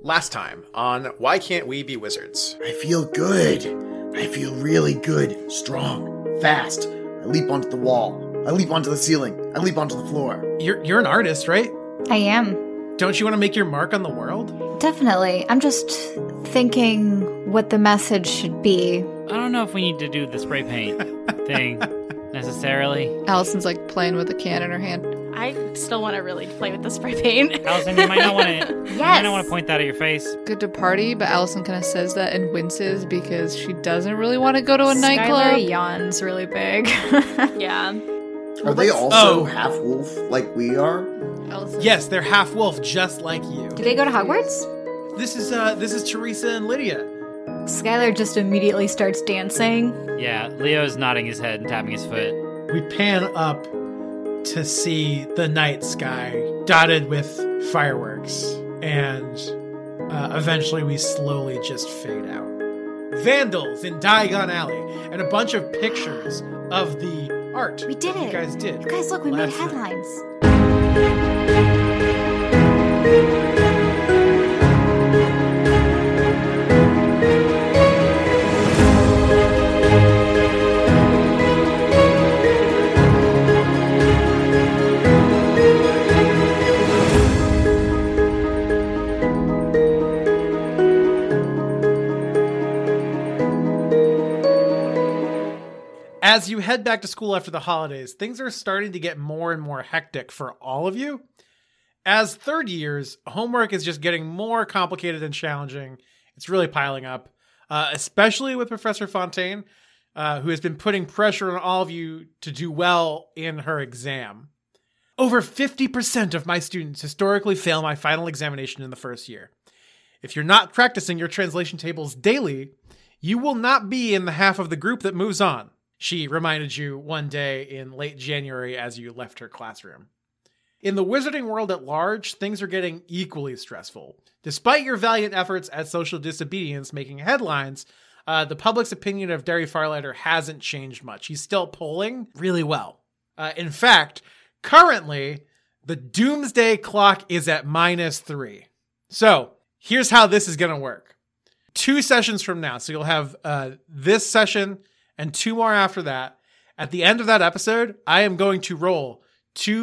Last time on Why Can't We Be Wizards? I feel good. I feel really good, strong, fast. I leap onto the wall. I leap onto the ceiling. I leap onto the floor. You're you're an artist, right? I am. Don't you want to make your mark on the world? Definitely. I'm just thinking what the message should be. I don't know if we need to do the spray paint thing necessarily. Allison's like playing with a can in her hand. I still want to really play with the spray paint. Allison, you might not want to. You might not want Yes. to point that at your face. Good to party, but Allison kind of says that and winces because she doesn't really want to go to a nightclub. yawns really big. yeah. Are they also Oh. half wolf like we are? Allison- Yes, they're half wolf, just like you. Do they go to Hogwarts? This is uh, this is Teresa and Lydia. Skylar just immediately starts dancing. Yeah, Leo's nodding his head and tapping his foot. We pan up to see the night sky dotted with fireworks, and uh, eventually we slowly just fade out. Vandals in Diagon Alley, and a bunch of pictures of the art We did that you it. guys did. You guys, look, we made last night. headlines. As you head back to school after the holidays, things are starting to get more and more hectic for all of you. As third years, homework is just getting more complicated and challenging. It's really piling up, uh, especially with Professor Fontaine, uh, who has been putting pressure on all of you to do well in her exam. Over 50% of my students historically fail my final examination in the first year. If you're not practicing your translation tables daily, you will not be in the half of the group that moves on, she reminded you one day in late January as you left her classroom. In the wizarding world at large, things are getting equally stressful. Despite your valiant efforts at social disobedience making headlines, uh, the public's opinion of Derry Farlighter hasn't changed much. He's still polling really well. Uh, in fact, currently, the doomsday clock is at minus three. So here's how this is going to work two sessions from now. So you'll have uh, this session and two more after that. At the end of that episode, I am going to roll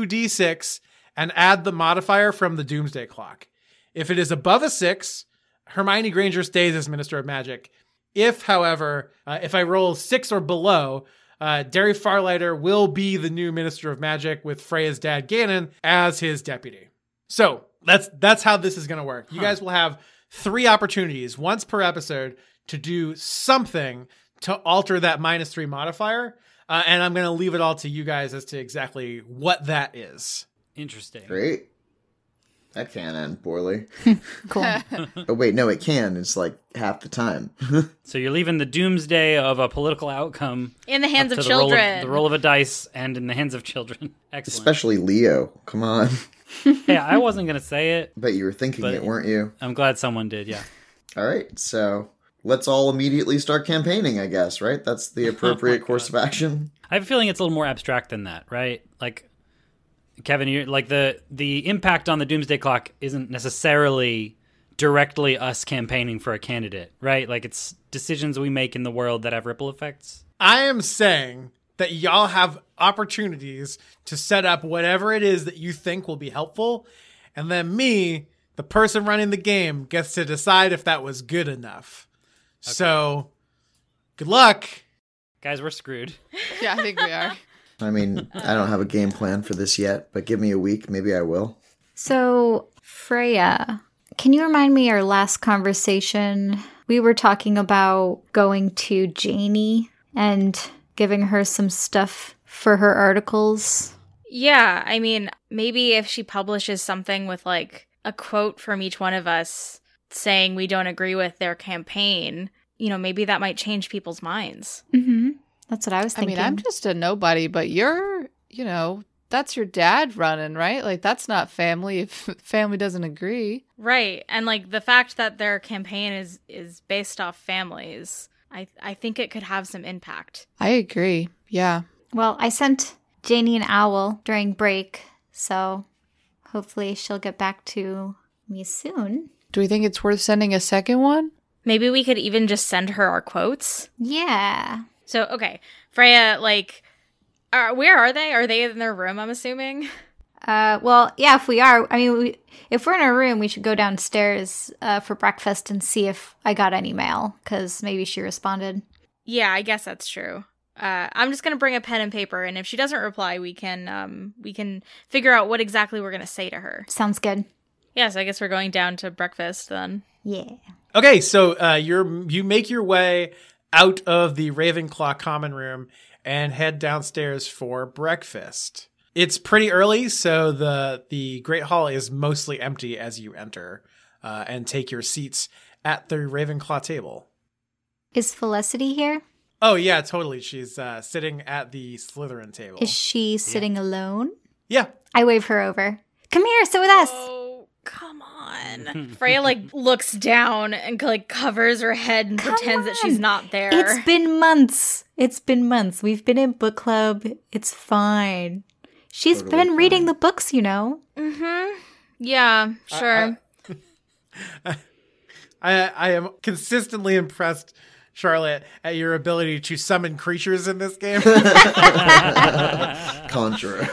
2d6 and add the modifier from the doomsday clock. If it is above a six, Hermione Granger stays as Minister of Magic. If, however, uh, if I roll six or below, uh, Derry Farlighter will be the new Minister of Magic with Freya's dad Ganon as his deputy. So that's that's how this is going to work. You guys will have three opportunities once per episode to do something to alter that minus three modifier, uh, and I'm going to leave it all to you guys as to exactly what that is. Interesting. Great. That can end poorly. Cool. oh wait, no, it can. It's like half the time. So you're leaving the doomsday of a political outcome In the hands up of to the roll children. the roll of a dice, and in the hands of children. Excellent. Especially Leo. Come on. Hey, I wasn't gonna say it. Bet you were thinking But- it, weren't you? I'm glad someone did. Yeah. All right, so let's all immediately start campaigning, I guess, right? That's the appropriate course of action. I have a feeling it's a little more abstract than that, right? Like, Kevin, you're, like the the impact on the doomsday clock isn't necessarily directly us campaigning for a candidate, right? Like it's decisions we make in the world that have ripple effects. I am saying that y'all have opportunities to set up whatever it is that you think will be helpful, and then me, the person running the game, gets to decide if that was good enough. So, good luck. Guys, we're screwed. yeah, I think we are. I mean, I don't have a game plan for this yet, but give me a week, maybe I will. So, Freya, can you remind me our last conversation? We were talking about going to Janie and giving her some stuff for her articles. Yeah, I mean, maybe if she publishes something with like a quote from each one of us saying we don't agree with their campaign, you know, maybe that might change people's minds. Mm-hmm. That's what I was I thinking. mean, I'm just a nobody, but you're, you know, that's your dad running, right? Like that's not family if family doesn't agree. Right. And like the fact that their campaign is is based off families, I I think it could have some impact. I agree. Yeah. Well, I sent Janie an owl during break, so hopefully she'll get back to me soon. Do we think it's worth sending a second one? Maybe we could even just send her our quotes. Yeah. So, okay, Freya, like, uh, where are they? Are they in their room? I'm assuming. Uh, well, yeah, if we are, I mean, we, if we're in a room, we should go downstairs uh, for breakfast and see if I got any mail because maybe she responded. Yeah, I guess that's true. Uh, I'm just gonna bring a pen and paper, and if she doesn't reply, we can um we can figure out what exactly we're gonna say to her. Sounds good. Yeah, so I guess we're going down to breakfast then. Yeah. Okay, so uh, you're you make your way out of the Ravenclaw common room and head downstairs for breakfast. It's pretty early, so the the great hall is mostly empty as you enter uh, and take your seats at the Ravenclaw table. Is Felicity here? Is Oh yeah, totally. She's uh, sitting at the Slytherin table. she sitting alone? yeah, I wave her over. Come here, sit with us. Oh, come on. Freya like looks down and like covers her head and Come pretends that she's on. not there. It's been months. It's been months. We've been in book club. It's fine. She's Totally been reading fine. the books, you know. mm-hmm. Yeah, sure. I, I am consistently impressed, Charlotte, at your ability to summon creatures in this game. Conjurer.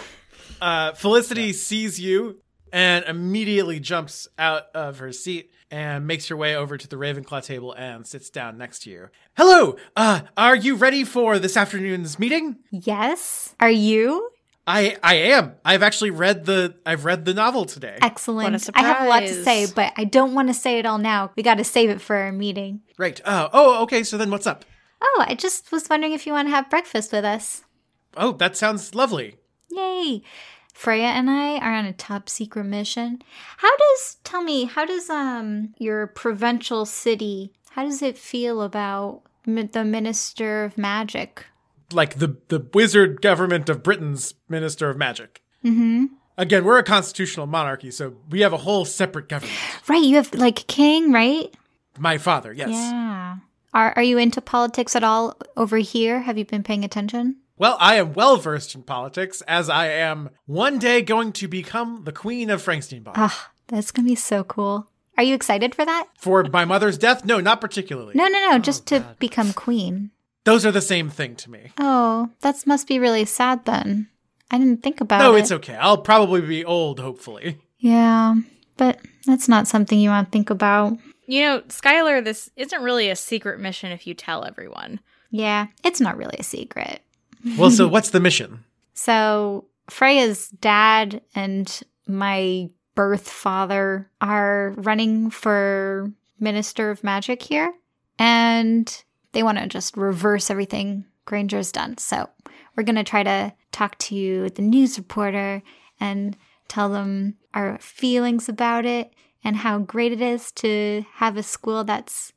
uh, Felicity sees you and immediately jumps out of her seat and makes her way over to the Ravenclaw table and sits down next to you. Hello, uh, are you ready for this afternoon's meeting? Yes. Are you? I I am. I've actually read the I've read the novel today. Excellent. What a I have a lot to say, surprise. but I don't want to say it all now. We got to save it for our meeting. Right. Uh, oh, okay. So then, what's up? Oh, I just was wondering if you want to have breakfast with us. Oh, that sounds lovely. Yay. Freya and I are on a top secret mission. How does tell me, how does um your provincial city, how does it feel about mi- the minister of magic? Like the the wizard government of Britain's minister of magic. Mhm. Again, we're a constitutional monarchy, so we have a whole separate government. Right, you have like king, right? My father, yes. Yeah. Are are you into politics at all over here? Have you been paying attention? Well, I am well versed in politics, as I am one day going to become the queen of Frankensteinbach. Ah, that's going to be so cool. Are you excited for that? For my mother's death? No, not particularly. No, no, no, just to become queen. Those are the same thing to me. Oh, that must be really sad then. I didn't think about no, it. it's okay. I'll probably be old, hopefully. Yeah, but that's not something you want to think about. You know, Skylar, this isn't really a secret mission if you tell everyone. Yeah, it's not really a secret. well, so what's the mission? So, Freya's dad and my birth father are running for Minister of Magic here, and they want to just reverse everything Granger's done. So, we're going to try to talk to the news reporter and tell them our feelings about it and how great it is to have a school that's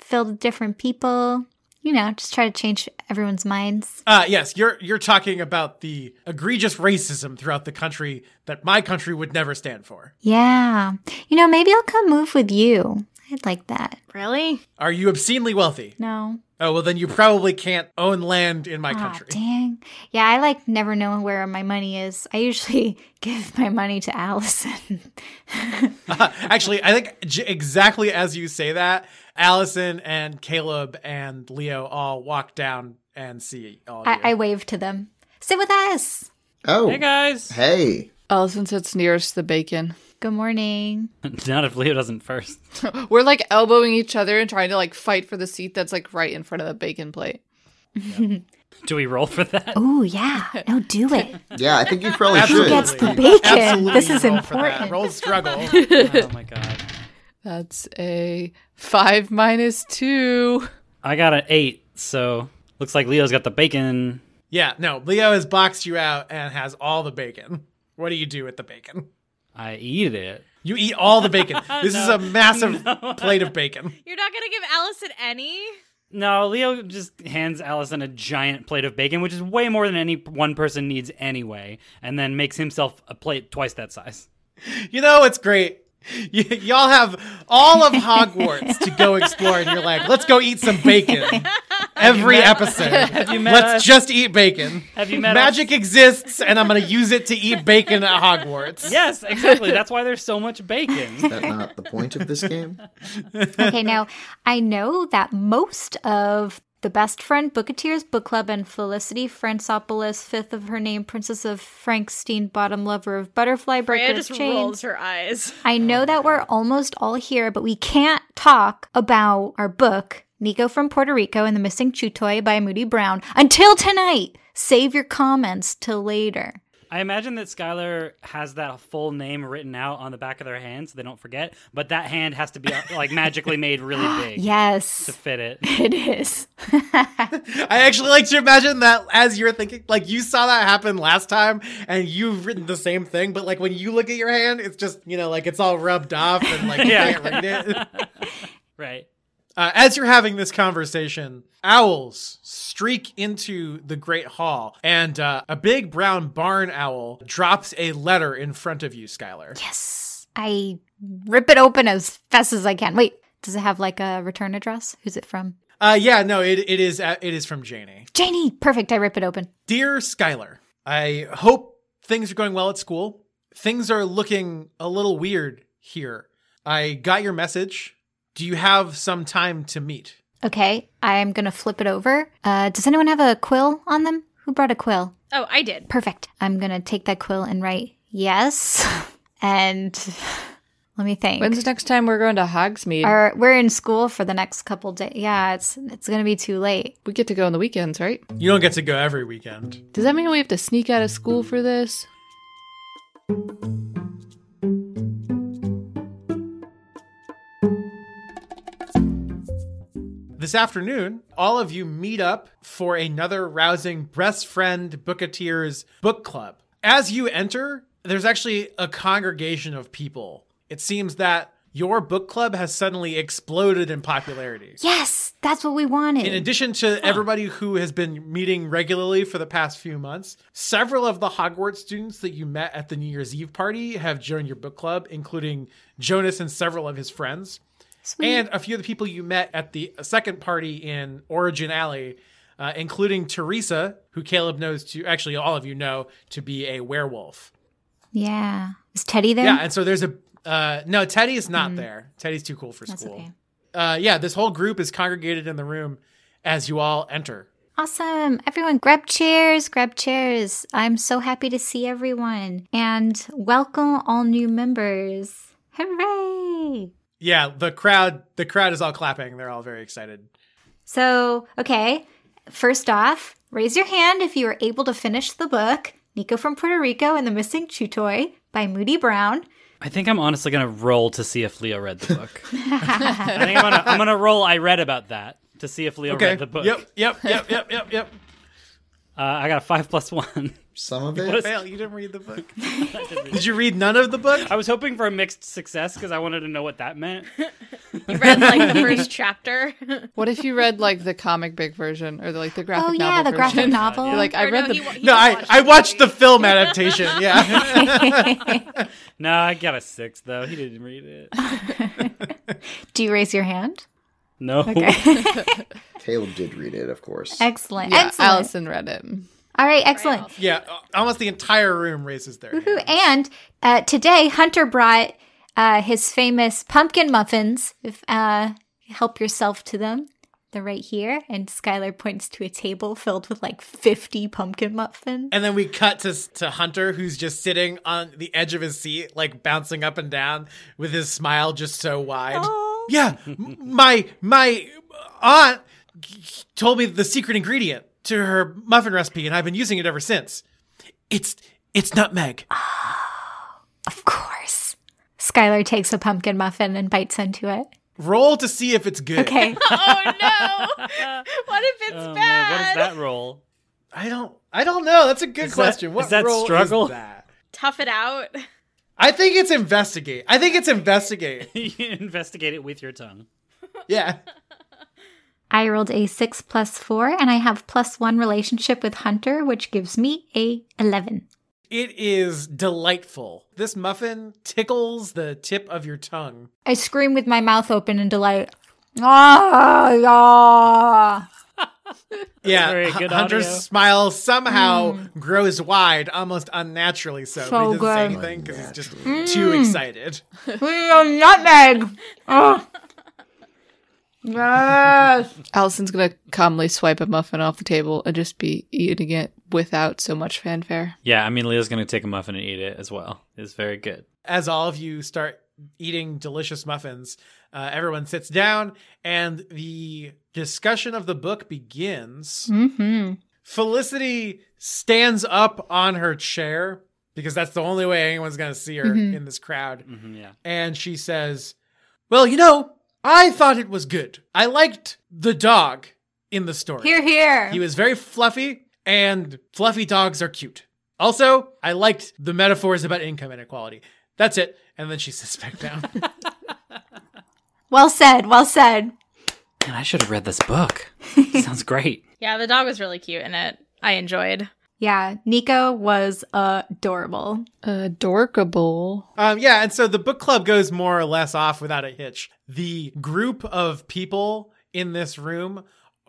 filled with different people. You know, just try to change everyone's minds. Uh, yes, you're you're talking about the egregious racism throughout the country that my country would never stand for. Yeah. You know, maybe I'll come move with you. I'd like that. Really? Are you obscenely wealthy? No. Oh well, then you probably can't own land in my Aw, country. dang. Yeah, I like never know where my money is. I usually give my money to Allison. Actually, I think j- exactly as you say that, Allison and Caleb and Leo all walk down and see all of you. I, I wave to them. Sit with us. Oh, Hey guys. hey. Allison sits nearest the bacon. Good morning. Not if Leo doesn't first. We're like elbowing each other and trying to like fight for the seat that's like right in front of the bacon plate. Do we roll for that? Oh, yeah. No, do it. Yeah, I think you probably Who should. gets the Absolutely. bacon? Absolutely this is roll for that. important. Roll struggle. oh my god. That's a five minus two. I got an eight, so looks like Leo's got the bacon. yeah, no, Leo has boxed you out and has all the bacon. What do you do with the bacon? I eat it. You eat all the bacon. This is a massive plate of bacon. You're not gonna give Allison any? No, Leo just hands Allison a giant plate of bacon, which is way more than any one person needs anyway, and then makes himself a plate twice that size. You know, it's great. Y- y'all have all of Hogwarts to go explore, and you're like, let's go eat some bacon. Every episode, you met let's us? just eat bacon. Have you met us? Magic exists, and I'm gonna use it to eat bacon at Hogwarts. Yes, exactly. That's why there's so much bacon. that not the point of this game? okay, now I know that most of the best friend Booketeers Book Club and Felicity Francopolis, fifth of her name, Princess of Frankstein, bottom lover of butterfly Freya breaker of just chains. rolls her eyes. I know that we're almost all here, but we can't talk about our book, Nico from Puerto Rico and the Missing Chutoy by Moody Brown, until tonight. Save your comments till later. I imagine that Skylar has that full name written out on the back of their hand so they don't forget, but that hand has to be uh, like magically made really big to Yes, fit it. it is. I actually like to imagine that as you're thinking, like you saw that happen last time, and you've written the same thing, but like when you look at your hand, it's just you know like it's all rubbed off and like you Yeah. can't read it. Right. Uh, as you're having this conversation, owls streak into the Great Hall, and uh, a big brown barn owl drops a letter in front of you, Skylar. Yes. I rip it open as fast as I can. Wait, does it have like a return address? Who's it from? Uh, yeah, no, it, it is uh, it is from Janie. Janie. Perfect. I rip it open. Dear Skylar, I hope things are going well at school. Things are looking a little weird here. I got your message. Do you have some time to meet? Okay. I'm going to flip it over. Uh, does anyone have a quill on them? Who brought a quill? Oh, I did. Perfect. I'm going to take that quill and write yes. and let me think. When's the next time we're going to Hogsmeade? Our- we're in school for the next couple days. Yeah, it's it's going to be too late. we get to go on the weekends, right? You don't get to go every weekend. Does that mean we have to sneak out of school for this? This afternoon, all of you meet up for another rousing Best Friend Booketeers book club. As you enter, there's actually a congregation of people. It seems that your book club has suddenly exploded in popularity. Yes, that's what we wanted. In addition to everybody who has been meeting regularly for the past few months, several of the Hogwarts students that you met at the New Year's Eve party have joined your book club, including Jonas and several of his friends. And a few of the people you met at the second party in Origin Alley, uh, including Teresa, who Caleb knows to actually all of you know to be a werewolf. yeah. Is Teddy there? Yeah, and so there's a uh, no. Teddy is not there. Teddy's too cool for that's school. okay. Uh, yeah, this whole group is congregated in the room as you all enter. Awesome. Everyone, grab chairs, grab chairs. I'm so happy to see everyone and welcome all new members. Hooray! Yeah, the crowd the crowd is all clapping. They're all very excited. So, okay, first off, raise your hand if you were able to finish the book Nico from Puerto Rico and the Missing Chew Toy by Moody Brown. I think I'm honestly going to roll to see if Leo read the book. I think I'm going to I'm gonna roll I read about that to see if Leo read the book. Yep, yep, yep, yep, yep, yep. Uh, I got a 5 plus 1. Some of it. Fail, you didn't read the book. Did you read none of the book? I was hoping for a mixed success because I wanted to know what that meant. You read like the first chapter. What if you read like the comic book version or like the graphic oh, novel? yeah, the version? graphic novel. You're like I Or read no, the he wa- he No, just I, I watched the film adaptation. Yeah. No, I got a 6 though. He didn't read it. Do you raise your hand? No. Caleb did read it, of course. Excellent. yeah, excellent. Allison read it. All right, excellent. Yeah. uh, Almost the entire room raises their hand. Woohoo. And uh, today, Hunter brought uh, his famous pumpkin muffins. If uh, help yourself to them, they're right here. And Skylar points to a table filled with like fifty pumpkin muffins. And then we cut to to Hunter, who's just sitting on the edge of his seat, like bouncing up and down with his smile just so wide. Yeah, m- my my aunt g- g- told me the secret ingredient to her muffin recipe, and I've been using it ever since. It's it's nutmeg. Of course, Skylar takes a pumpkin muffin and bites into it. Roll to see if it's good. Okay, oh no! What if it's Oh, man, what is bad? that roll? I don't I don't know. That's a good Is that- question. what is that roll struggle? is that? Tough it out. I think it's investigate. I think it's investigate. you investigate it with your tongue. Yeah. I rolled a six plus four, and I have plus one relationship with Hunter, which gives me a eleven. It is delightful. This muffin tickles the tip of your tongue. I scream with my mouth open in delight. Ah, yeah. yeah, very Hu- good Hunter's audio. smile somehow grows wide, almost unnaturally so. Mm. So he doesn't say good. Mm. anything because he's just too excited. Please, no nutmeg. Oh. Yes. Allison's gonna calmly swipe a muffin off the table and just be eating it without so much fanfare. Yeah, I mean, Leo's going to take a muffin and eat it as well. It's very good. As all of you start eating delicious muffins, uh, everyone sits down and the discussion of the book begins. Mm-hmm. Felicity stands up on her chair because that's the only way anyone's going to see her Mhm. in this crowd. hmm yeah. And she says, Well, you know, I thought it was good. I liked the dog in the story. Here, here. He was very fluffy, and fluffy dogs are cute. Also, I liked the metaphors about income inequality. That's it. And then she sits back down. well said. Well said. Man, I should have read this book. Sounds great. Yeah, the dog was really cute in it. I enjoyed. Yeah, Nico was adorable. Adorkable. Um, yeah, and so the book club goes more or less off without a hitch. The group of people in this room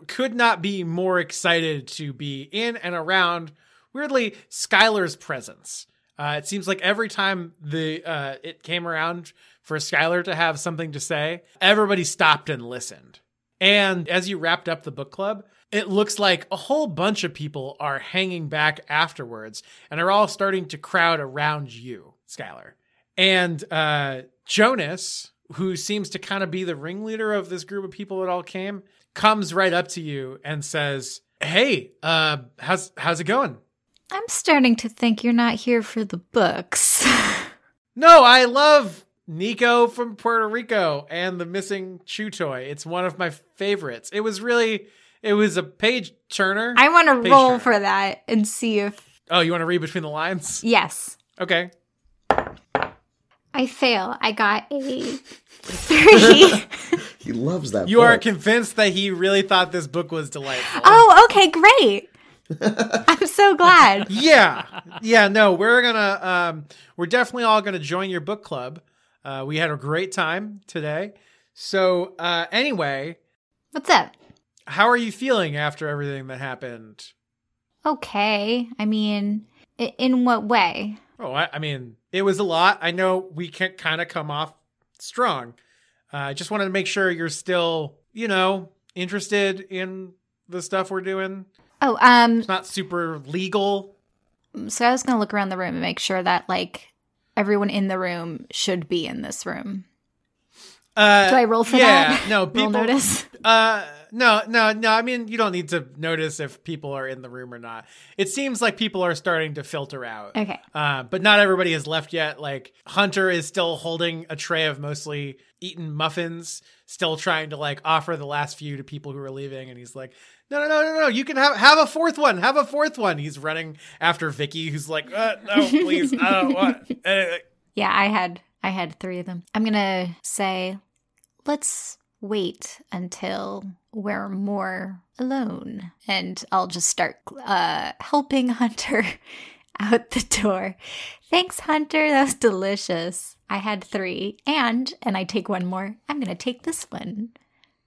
could not be more excited to be in and around, weirdly, Skylar's presence. Uh, it seems like every time the uh, it came around for Skylar to have something to say, everybody stopped and listened. And as you wrapped up the book club, it looks like a whole bunch of people are hanging back afterwards and are all starting to crowd around you, Skylar. And uh, Jonas, who seems to kind of be the ringleader of this group of people that all came, comes right up to you and says, Hey, uh, how's how's it going? I'm starting to think you're not here for the books. No, I love Nico from Puerto Rico and the missing chew toy. It's one of my favorites. It was really it was a page turner. I want to Page roll turner. for that and see if oh, you want to read between the lines? yes. Okay. I fail. I got a three. He loves that. You Oh. are book. convinced that he really thought this book was delightful. oh, okay, great. I'm so glad. yeah yeah no we're gonna um we're definitely all gonna join your book club uh we had a great time today so uh anyway What's up? how are you feeling after everything that happened Okay. I mean, i- in what way? oh i, I mean it was a lot i know we can kind of come off strong uh, i just wanted to make sure you're still you know interested in the stuff we're doing Oh, um it's not super legal so I was going to look around the room and make sure that like everyone in the room should be in this room. uh Do I roll for yeah, that? no, roll people notice. Uh, no, no, no. I mean, you don't need to notice if people are in the room or not. It seems like people are starting to filter out. Okay. Uh, but not everybody has left yet. Like Hunter is still holding a tray of mostly eaten muffins, still trying to like offer the last few to people who are leaving, and he's like, "No, no, no, no, no! You can have have a fourth one. Have a fourth one." He's running after Vicky, who's like, uh, "No, please, I don't want." anything." Yeah, I had I had three of them. I'm gonna say, let's wait until we're more alone, and I'll just start uh, helping Hunter out the door. Thanks, Hunter. That was delicious. I had three, and and I take one more. I'm gonna take this one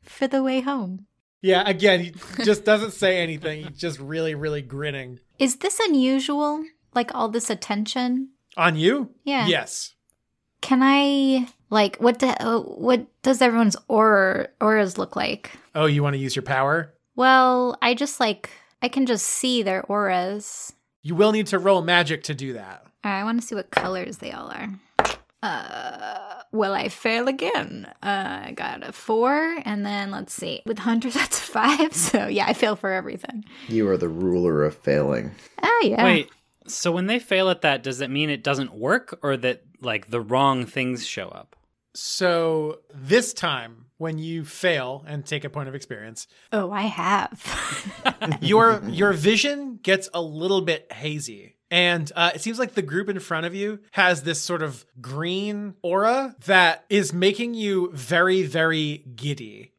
for the way home. Yeah, again, he just doesn't say anything. He's just really, really grinning Is this unusual? Like all this attention? on you. Yeah. Yes. Can I like what? Do, uh, what does everyone's aura auras look like? Oh, you want to use your power? Well, I just like I can just see their auras. You will need to roll magic to do that. Uh, I want to see what colors they all are. Uh, well, I fail again. Uh, I got a four, and then let's see. With Hunter, that's a five. So yeah, I fail for everything. You are the ruler of failing. Oh yeah. Wait, so when they fail at that, does it mean it doesn't work or that like the wrong things show up? So this time, when you fail and take a point of experience, Oh, I have. your your vision gets a little bit hazy. And uh, it seems like the group in front of you has this sort of green aura that is making you very, very giddy.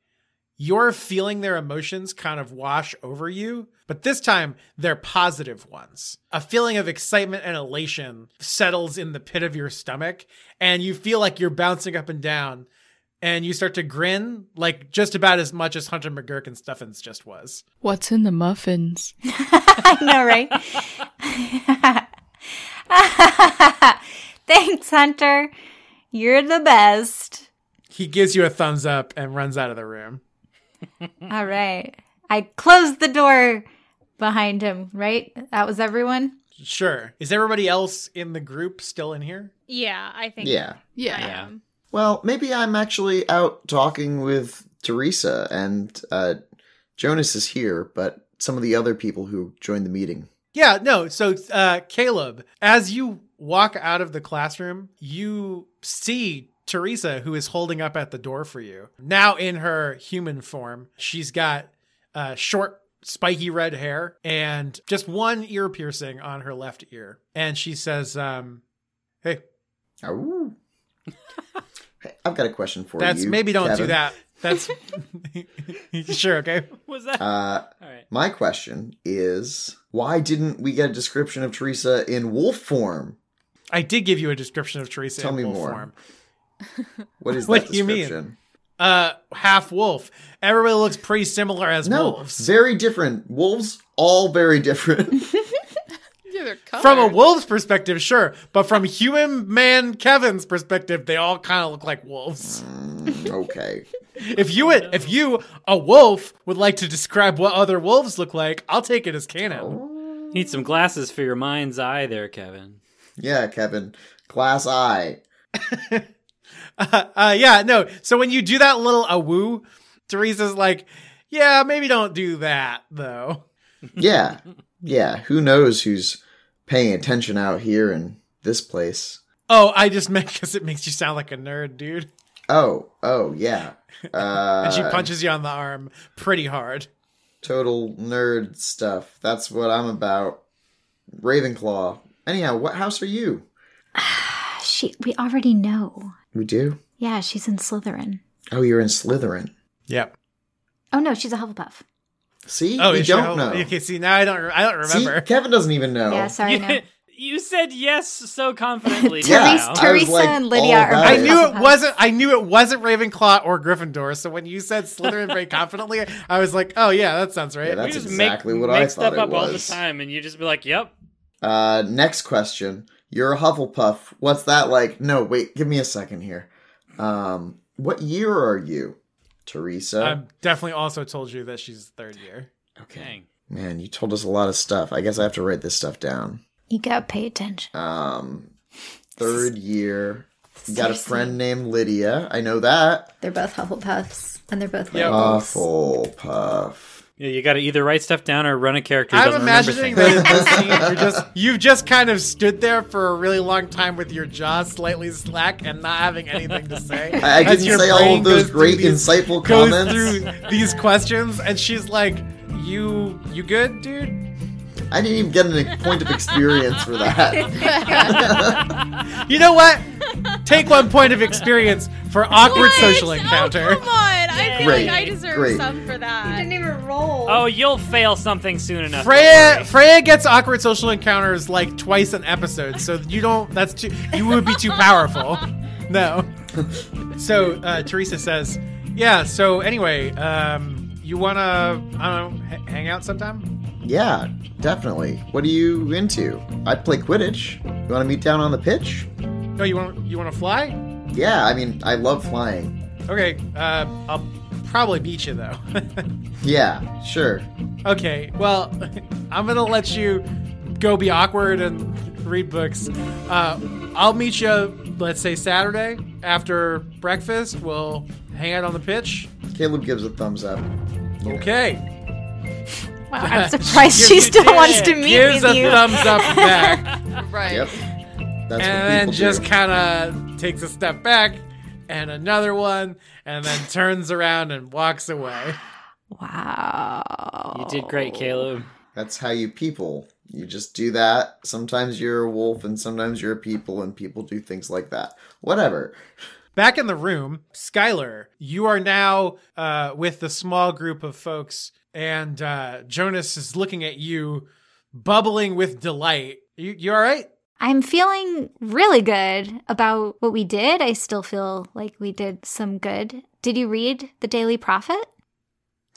you're feeling their emotions kind of wash over you, but this time they're positive ones. A feeling of excitement and elation settles in the pit of your stomach, and you feel like you're bouncing up and down, and you start to grin like just about as much as Hunter McGurk and Stuffins just was. What's in the muffins? I know, right? Thanks, Hunter. You're the best. He gives you a thumbs up and runs out of the room. All right. I closed the door behind him, right? That was everyone? Sure. Is everybody else in the group still in here? Yeah, I think. Yeah. I Yeah. Yeah. am. Well, maybe I'm actually out talking with Teresa, and uh, Jonas is here, but some of the other people who joined the meeting. Yeah, no. So, uh, Caleb, as you walk out of the classroom, you see Teresa, who is holding up at the door for you. Now in her human form, she's got uh, short, spiky red hair and just one ear piercing on her left ear. And she says, um, Hey, Ooh. Hey, I've got a question for that's you. maybe don't do Kevin. that. That's sure, okay. Was that? Uh, All right. my question is why didn't we get a description of Teresa in wolf form? I did give you a description of Teresa Tell in me wolf more. form. What is What that do you mean? description? Uh, half wolf. Everybody looks pretty similar as No, wolves. very different. Wolves, all very different. Yeah, they're colored. From a wolf's perspective, sure, but from human man Kevin's perspective, they all kind of look like wolves. Mm, okay. If you would, if you a wolf would like to describe what other wolves look like, I'll take it as Oh. canon. Need some glasses for your mind's eye there, Kevin. Yeah, Kevin. Class I. Uh, uh, yeah, no. So when you do that little a woo, Teresa's like, yeah, maybe don't do that though. Yeah. Yeah. Who knows who's paying attention out here in this place? Oh, I just meant because it makes you sound like a nerd, dude. Oh, oh, yeah. Uh, And she punches you on the arm pretty hard. total nerd stuff. That's what I'm about. Ravenclaw. Anyhow, what house are you? She, we already know. We do. Yeah, she's in Slytherin. Oh, you're in Slytherin. Yep. Oh no, she's a Hufflepuff. See, Oh, we sure. don't know. Okay, see now I don't. re- I don't See, remember. Kevin doesn't even Oh. know. Yeah, sorry. No. You, you said yes so confidently. Yeah, now. I was Teresa and Lydia all are- about I it. knew it Hufflepuff. wasn't. I knew it wasn't Ravenclaw or Gryffindor. So when you said Slytherin very confidently, I was like, "Oh yeah, that sounds right." Yeah, that's we just exactly make, what make I stuff thought it up all the was. time, and you just be like, "Yep." Uh, next question. You're a Hufflepuff. What's that like? No, wait. Give me a second here. Um, what year are you, Teresa? I definitely also told you that she's third year. Dang. Man, you told us a lot of stuff. I guess I have to write this stuff down. You gotta pay attention. Um, third year. You got a Cersei. friend named Lydia. I know that. They're both Hufflepuffs, and they're both Yep. Oh, werewolves. Hufflepuff. Yeah, you got to either write stuff down or run a character. Who I'm doesn't imagining remember that in this scene, you're just you've just kind of stood there for a really long time with your jaw slightly slack and not having anything to say. I, I As didn't your say all brain of those goes through great, these- insightful goes comments. through these questions, and she's like, "You you good, dude? I didn't even get a point of experience for that. You know what? Take one point of experience for awkward What? social encounter." Oh, come on. I feel Great, like I deserve great. some for that. even roll. Oh, you'll fail something soon enough. don't Freya worry. Freya gets awkward social encounters like twice an episode, so you don't. That's too. You would be too powerful. No. So uh, Teresa says, "Yeah. So anyway, um, you wanna I don't know, h- hang out sometime? yeah, definitely. What are you into? I play Quidditch. You want to meet down on the pitch? No, you want you want to fly? Yeah, I mean, I love flying. Okay. Uh, I'll probably beat you though. Yeah, sure. okay. Well, I'm gonna let you go be awkward and read books. Uh, I'll meet you. Let's say Saturday after breakfast. We'll hang out on the pitch." Caleb gives a thumbs up. Okay. Wow, I'm surprised she you still did. wants to meet Gives a with you. thumbs up back. right. Yep. That's and what then people just do. kind of takes a step back and another one and then turns around and walks away. Wow. You did great, Caleb. That's how you people. You just do that. Sometimes you're a wolf and sometimes you're a people and people do things like that. Whatever. Back in the room, Skylar, you are now uh, with the small group of folks, and uh, Jonas is looking at you, bubbling with delight. You, you all right? I'm feeling really good about what we did. I still feel like we did some good. Did you read the Daily Prophet?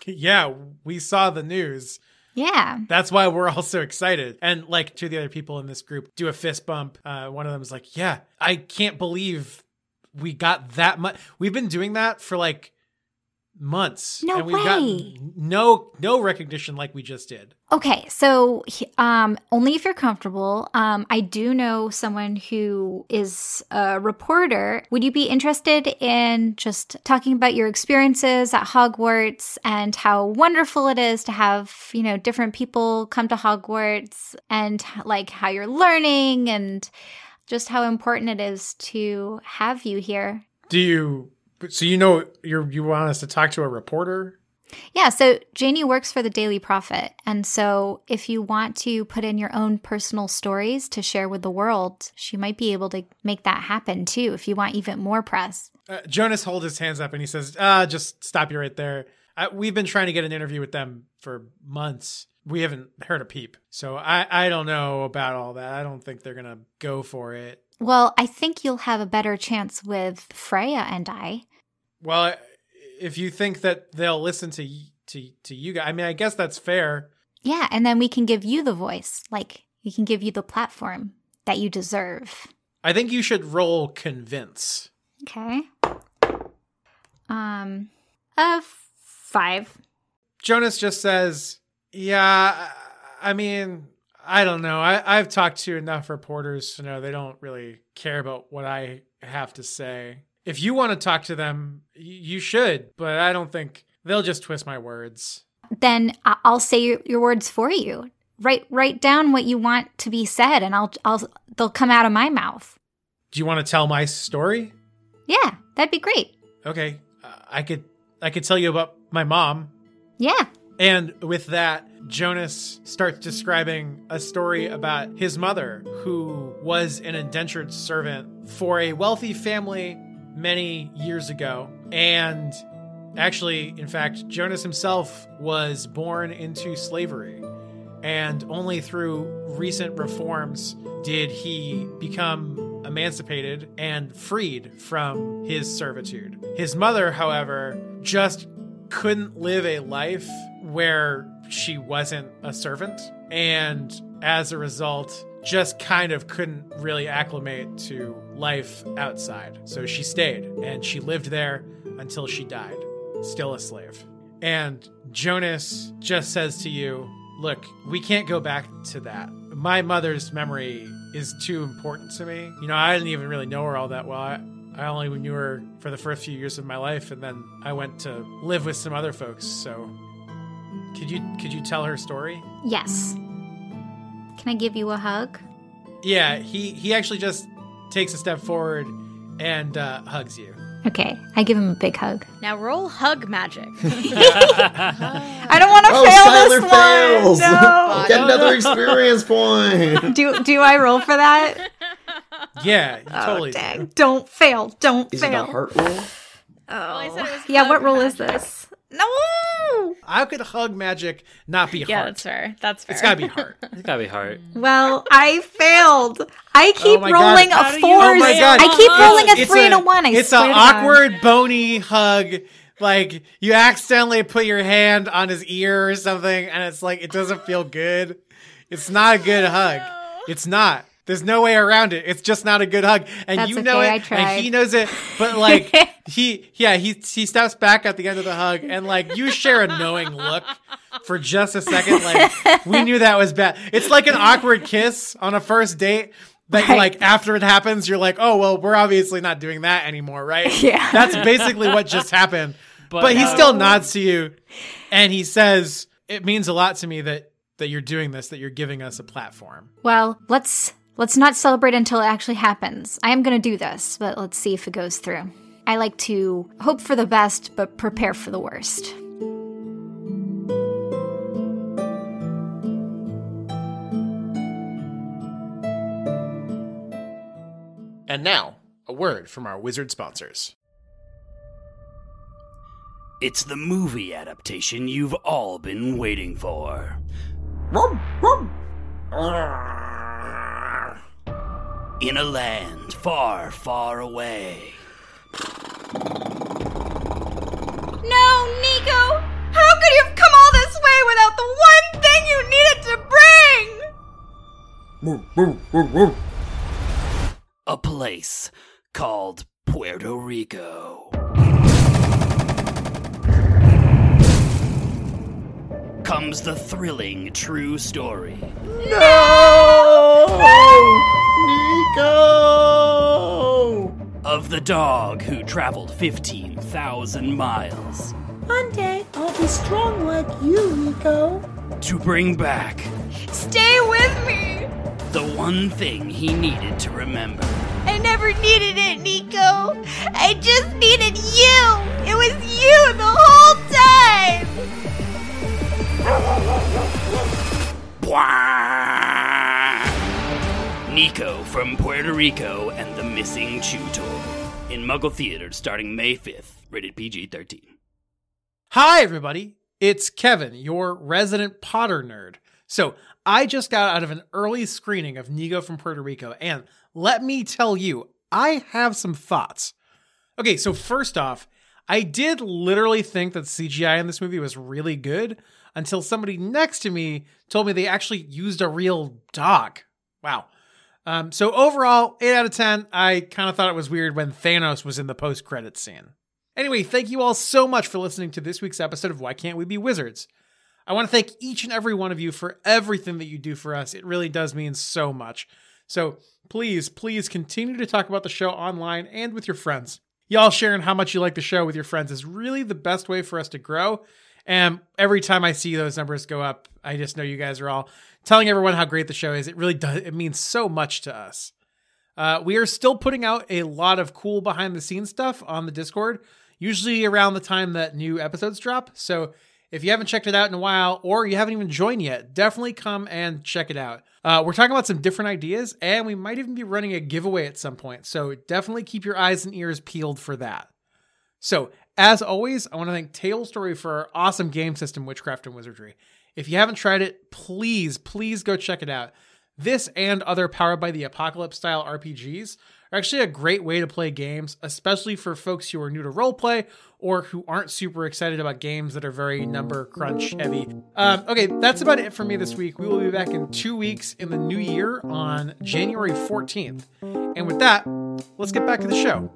yeah, we saw the news. Yeah. That's why we're all so excited. And like two of the other people in this group do a fist bump. Uh, one of them is like, Yeah, I can't believe we got that much. We've been doing that for like months. No and we've way. gotten no no recognition like we just did. Okay, so he- um, only if you're comfortable. Um, I do know someone who is a reporter. Would you be interested in just talking about your experiences at Hogwarts and how wonderful it is to have, you know, different people come to Hogwarts and like how you're learning and just how important it is to have you here? Do you so you know you're you want us to talk to a reporter? Yeah, so Janie works for the Daily Prophet. And so if you want to put in your own personal stories to share with the world, she might be able to make that happen too if you want even more press. Uh, Jonas holds his hands up and he says, "Ah, just stop you right there. I, we've been trying to get an interview with them for months. We haven't heard a peep. So I, I don't know about all that. I don't think they're going to go for it. Well, I think you'll have a better chance with Freya and I. Well, I- if you think that they'll listen to y- to to you guys, I mean, I guess that's fair. Yeah, and then we can give you the voice. Like, we can give you the platform that you deserve. I think you should roll convince. Okay. Um, a five. Jonas just says, "Yeah, I I mean, I don't know. I, I've talked to enough reporters to know they don't really care about what I have to say. If you want to talk to them, y- you should, but I don't think they'll just twist my words." then I- I'll say your, your words for you. Write write down what you want to be said, and I'll I'll they'll come out of my mouth. Do you want to tell my story? Yeah, that'd be great. Okay, uh, I could I could tell you about my mom. Yeah, And with that, Jonas starts describing a story about his mother, who was an indentured servant for a wealthy family many years ago. And actually, in fact, Jonas himself was born into slavery. And only through recent reforms did he become emancipated and freed from his servitude. His mother, however, just couldn't live a life where she wasn't a servant. And as a result, just kind of couldn't really acclimate to life outside. So she stayed and she lived there until she died, still a slave. And Jonas just says to you, Look, we can't go back to that. My mother's memory is too important to me. You know, I didn't even really know her all that well. I, I only knew her for the first few years of my life, and then I went to live with some other folks. So, could you could you tell her story? yes. Can I give you a hug? Yeah, he he actually just takes a step forward and uh, hugs you. Okay, I give him a big hug. Now roll hug magic. I don't want to Oh, fail Skylar fails! this one. No. Get another experience point. do do I roll for that? Yeah, you Oh, totally. do. dang! Don't fail! Don't Is it a fail! heart roll? I said it was yeah, what hug roll is this? No. How could hug magic not be Yeah, hard? that's fair. That's fair. It's gotta be hard. It's gotta be hard. Well, I failed. I keep my God. rolling How do a you- fours. Oh my God. I keep rolling a It's three and a one. I it's swear an to God. awkward, bony hug. Like you accidentally put your hand on his ear or something, and it's like it doesn't feel good. It's not a good hug. It's not. There's no way around it. It's just not a good hug, and That's you know okay, I it, tried. and he knows it. But like he, yeah, he he steps back at the end of the hug, and like you share a knowing look for just a second. Like we knew that was bad. It's like an awkward kiss on a first date that Right. like after it happens, you're like, oh well, we're obviously not doing that anymore, right? Yeah. That's basically what just happened. But, he uh, no. still nods to you, and he says, "It means a lot to me that that you're doing this, that you're giving us a platform." Well, let's let's not celebrate until it actually happens. I am going to do this, but let's see if it goes through. I like to hope for the best but prepare for the worst. And now, a word from our wizard sponsors. It's the movie adaptation you've all been waiting for. In a land far, far away. No, Nico! How could you have come all this way without the one thing you needed to bring? A place called Puerto Rico. Comes the thrilling true story Nico! of the dog who traveled 15,000 miles One day I'll be strong like you, Nico. to bring back Stay with me! the one thing he needed to remember. I never needed it, Nico. I just needed you. It was you the whole time. Nico from Puerto Rico and the Missing Chew Toy. In Muggle Theater starting May 5th, rated PG 13. Hi, everybody. It's Kevin, your resident Potter nerd. So, I just got out of an early screening of Nigo from Puerto Rico, and let me tell you, I have some thoughts. Okay, so first off, I did literally think that CGI in this movie was really good until somebody next to me told me they actually used a real dog. Wow. Um, so, overall, 8 out of 10. I kind of thought it was weird when Thanos was in the post credit scene. Anyway, thank you all so much for listening to this week's episode of Why Can't We Be Wizards? I want to thank each and every one of you for everything that you do for us. It really does mean so much. So please, please continue to talk about the show online and with your friends. Y'all sharing how much you like the show with your friends is really the best way for us to grow. And every time I see those numbers go up, I just know you guys are all telling everyone how great the show is. It really does, it means so much to us. Uh, we are still putting out a lot of cool behind the scenes stuff on the Discord, usually around the time that new episodes drop. So if you haven't checked it out in a while or you haven't even joined yet, definitely come and check it out. Uh, we're talking about some different ideas and we might even be running a giveaway at some point. So definitely keep your eyes and ears peeled for that. So, as always, I want to thank Table Story for our awesome game system, Witchcraft and Wizardry. If you haven't tried it, please, please go check it out. This and other Powered by the Apocalypse style RPGs are actually a great way to play games, especially for folks who are new to roleplay or who aren't super excited about games that are very number crunch heavy. Um, okay, that's about it for me this week. We will be back in two weeks in the new year on January 14th. And with that, let's get back to the show.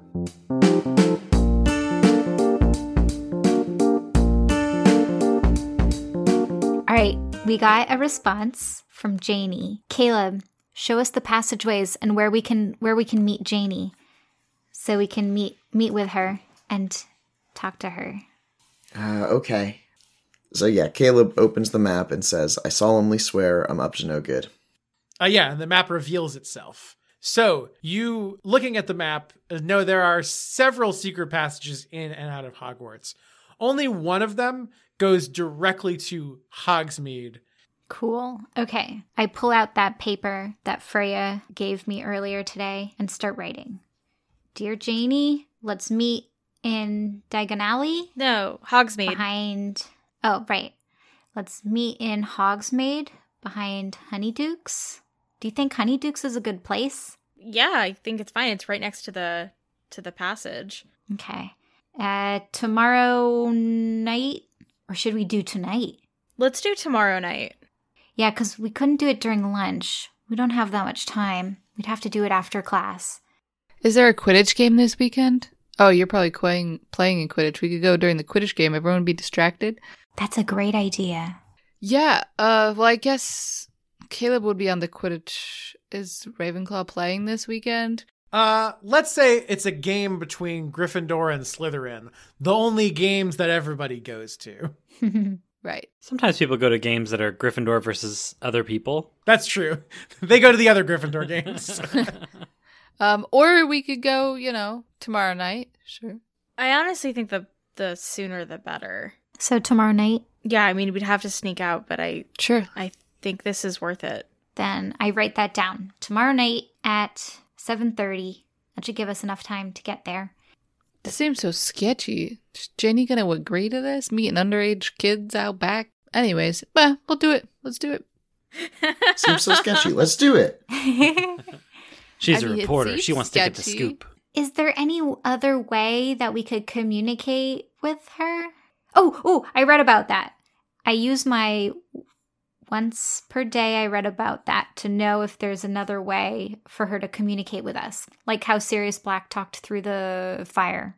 All right, we got a response from Janie. Caleb, show us the passageways and where we can where we can meet Janie, so we can meet meet with her and talk to her. Uh, okay. So yeah, Caleb opens the map and says, I solemnly swear I'm up to no good. Uh, yeah, and the map reveals itself. So you, looking at the map, uh, know there are several secret passages in and out of Hogwarts. Only one of them goes directly to Hogsmeade. Cool. Okay. I pull out that paper that Freya gave me earlier today and start writing. Dear Janie, let's meet in Diagon Alley No, Hogsmeade. behind. Oh, right. Let's meet in Hogsmeade behind Honeydukes. Do you think Honeydukes is a good place? Yeah, I think it's fine. It's right next to the to the passage. Okay. Uh, tomorrow night, or should we do tonight? Let's do tomorrow night. Yeah, because we couldn't do it during lunch. We don't have that much time. We'd have to do it after class. Is there a Quidditch game this weekend? Oh, you're probably playing playing in Quidditch. We could go during the Quidditch game. Everyone would be distracted. That's a great idea. Yeah. Uh. Well, I guess Caleb would be on the Quidditch. Is Ravenclaw playing this weekend? Uh, let's say it's a game between Gryffindor and Slytherin, the only games that everybody goes to. Right. Sometimes people go to games that are Gryffindor versus other people. That's true. They go to the other Gryffindor games. Um. Or we could go. You know, tomorrow night. Sure. I honestly think the the sooner the better. So, tomorrow night, Yeah, I mean we'd have to sneak out, but I Sure. I think this is worth it. then I write that down. Tomorrow night at 7:30 at which would give us enough time to get there. This seems so sketchy. Is Janie gonna agree to this? Meeting underage kids out back? Anyways, well, we'll do it. Let's do it. Seems so sketchy. Let's do it. She's I a mean, it reporter. She seems wants to get the sketchy. scoop. Is there any other way that we could communicate with her? Oh, oh, I read about that. I use my once per day I read about that to know if there's another way for her to communicate with us. Like how Sirius Black talked through the fire.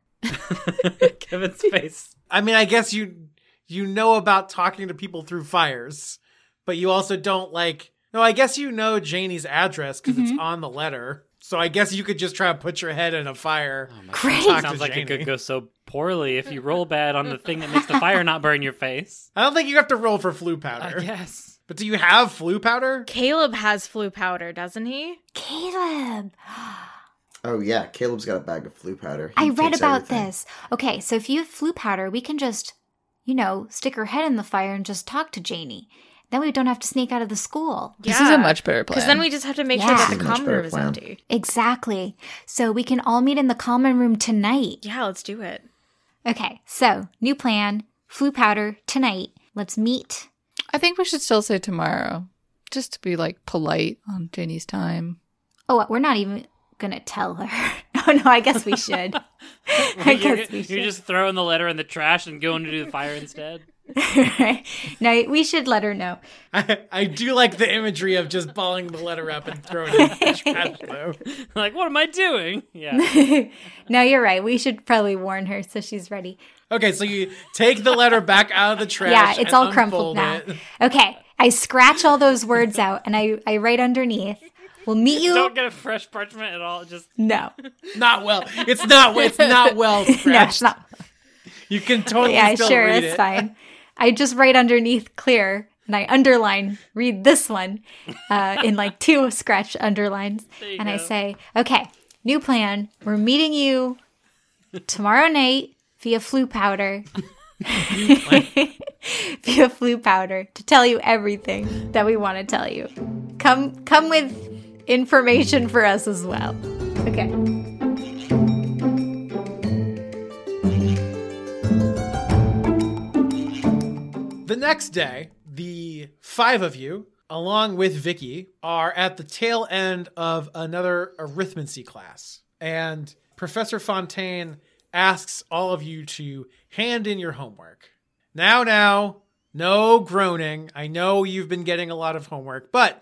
Kevin's face. I mean, I guess you you know about talking to people through fires, but you also don't like. No, I guess you know Janie's address because Mm-hmm. it's on the letter. So I guess you could just try to put your head in a fire. Great. Oh, Sounds like it could go so poorly if you roll bad on the thing that makes the fire not burn your face. I don't think you have to roll for flu powder. Yes. But do you have flu powder? Caleb has flu powder, doesn't he? Caleb. Oh yeah, Caleb's got a bag of flu powder. He I read takes about everything. this. Okay, so if you have flu powder, we can just, you know, stick her head in the fire and just talk to Janie. Then we don't have to sneak out of the school. This is a much better plan. Because then we just have to make sure that Yeah. the Much common better room is plan. empty. Exactly. So we can all meet in the common room tonight. Yeah, let's do it. Okay, so new plan flu powder tonight. Let's meet. I think we should still say tomorrow, just to be like polite on Janie's time. Oh, we're not even going to tell her. oh, no, I guess we should. I you're, guess we you're should. just throwing the letter in the trash and going to do the fire instead. no, we should let her know. I, I do like the imagery of just balling the letter up and throwing it in the trash can, though. like, what am I doing? Yeah. no, you're right. We should probably warn her so she's ready. Okay, so you take the letter back out of the trash. yeah, and it's all crumpled unfold now. it. Okay, I scratch all those words out and I, I write underneath. We'll meet you. Don't get a fresh parchment at all. Just no, Not well. It's not. It's not well scratched. no, it's not. You can totally yeah, still sure, read it's it. fine. I just write underneath clear and I underline, read this one uh, in like two scratch underlines. you And I go. say, okay, new plan. We're meeting you tomorrow night via flu powder. via flu powder to tell you everything that we want to tell you. Come come with information for us as well. Okay. The next day, the five of you, along with Vicky, are at the tail end of another arithmancy class. And Professor Fontaine asks all of you to hand in your homework. Now, now, no groaning. I know you've been getting a lot of homework, but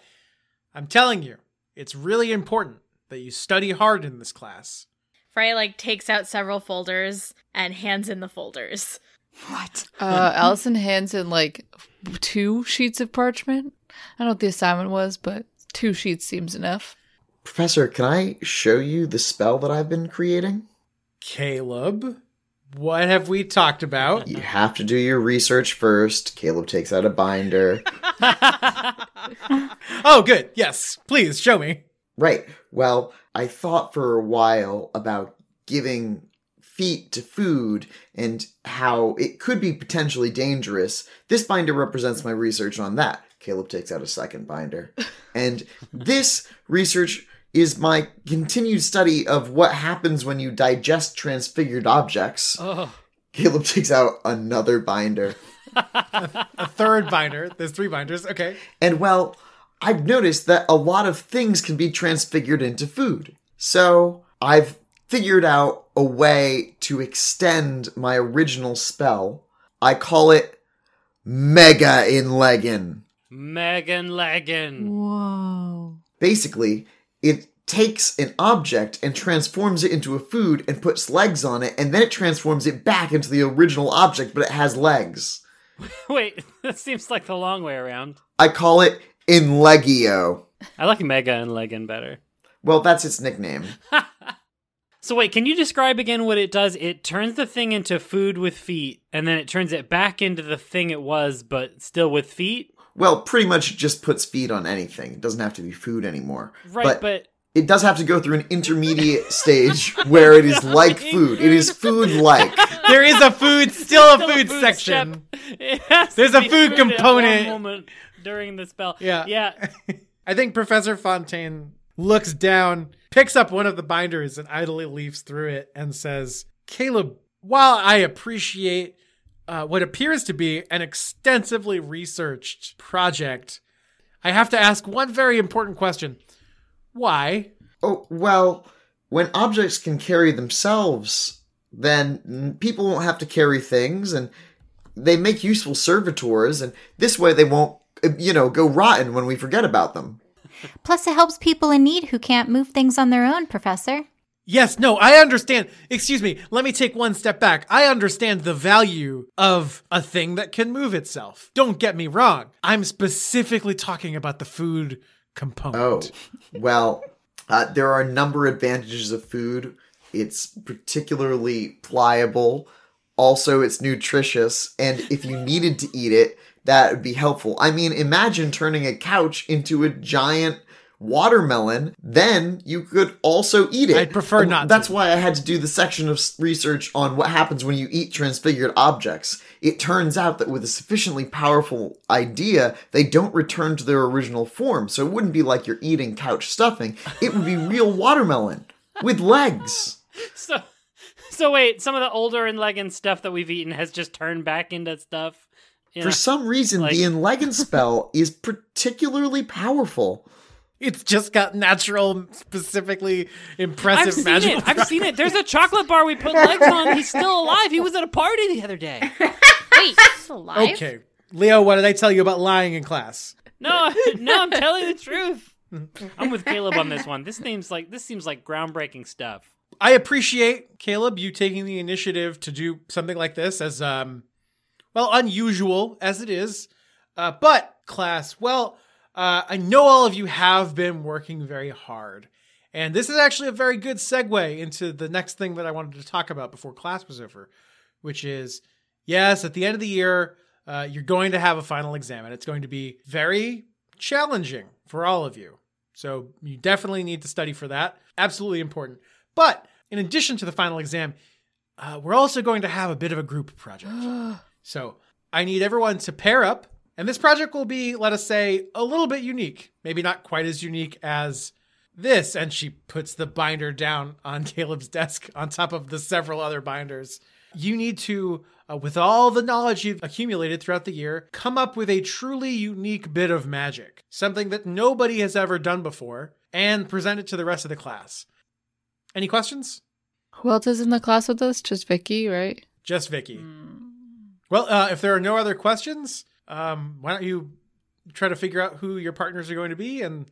I'm telling you, it's really important that you study hard in this class. Frey like takes out several folders and hands in the folders. What? Uh, Allison hands in like two sheets of parchment. I don't know what the assignment was, but two sheets seems enough. Professor, can I show you the spell that I've been creating? Caleb, what have we talked about? You have to do your research first. Caleb takes out a binder. Oh, good. Yes, please show me. Right. Well, I thought for a while about giving feet to food and how it could be potentially dangerous. This binder represents my research on that. Caleb takes out a second binder. And this research is my continued study of what happens when you digest transfigured objects. oh, Caleb takes out another binder. a third binder. There's three binders. Okay. And well, I've noticed that a lot of things can be transfigured into food. So I've figured out a way to extend my original spell. I call it Mega Inleggin. Megan Mm. Legan. Whoa. Basically, it takes an object and transforms it into a food and puts legs on it, and then it transforms it back into the original object, but it has legs. Wait, that seems like the long way around. I call it Inleggio. I like Mega and Legan better. Well, that's its nickname. So wait, can you describe again what it does? It turns the thing into food with feet, and then it turns it back into the thing it was, but still with feet. Well, pretty much it just puts feed on anything. It doesn't have to be food anymore. Right, But, but it does have to go through an intermediate stage where it is like food. It is food like. There is a food, still a food, food section. it has There's to a be food at one component. moment during the spell. Yeah. yeah. I think Professor Fontaine looks down, picks up one of the binders and idly leaves through it and says, Caleb, while I appreciate uh, what appears to be an extensively researched project, I have to ask one very important question. Why? Oh, well, when objects can carry themselves, then mm, people won't have to carry things and they make useful servitors and this way they won't uh, you know go rotten when we forget about them. Plus, it helps people in need who can't move things on their own, Professor. Yes, no, I understand. Excuse me, let me take one step back. I understand the value of a thing that can move itself. Don't get me wrong. I'm specifically talking about the food Oh, component. well, uh, there are a number of advantages of food. It's particularly pliable. Also, it's nutritious, and if you needed to eat it, that would be helpful. I mean, imagine turning a couch into a giant watermelon, then you could also eat it. I'd prefer not That's why I had to do the section of s- research on what happens when you eat transfigured objects. It turns out that with a sufficiently powerful idea, they don't return to their original form. So it wouldn't be like you're eating couch stuffing. It would be real watermelon with legs. So, so wait, some of the older Inlegan stuff that we've eaten has just turned back into stuff. you know? For some reason, the Enlegan spell is particularly powerful. It's just got natural, specifically impressive I've seen magical it. I've seen it. There's a chocolate bar we put legs on. He's still alive. He was at a party the other day. Wait, he's alive? Okay. Leo, what did I tell you about lying in class? No, no, I'm telling the truth. I'm with Caleb on this one. This seems like this seems like groundbreaking stuff. I appreciate Caleb you taking the initiative to do something like this, as um, well unusual as it is. Uh, but class, well, uh, I know all of you have been working very hard, and this is actually a very good segue into the next thing that I wanted to talk about before class was over, which is yes, at the end of the year, uh, you're going to have a final exam, and it's going to be very challenging for all of you. So you definitely need to study for that. Absolutely important. But in addition to the final exam, uh, we're also going to have a bit of a group project. so I need everyone to pair up. And this project will be, let us say, a little bit unique. Maybe not quite as unique as this. And she puts the binder down on Caleb's desk on top of the several other binders. You need to, uh, with all the knowledge you've accumulated throughout the year, come up with a truly unique bit of magic, something that nobody has ever done before, and present it to the rest of the class. Any questions? Who else is in the class with us? Just Vicky, right? Just Vicky. Hmm. Well, uh, if there are no other questions, um, why don't you try to figure out who your partners are going to be and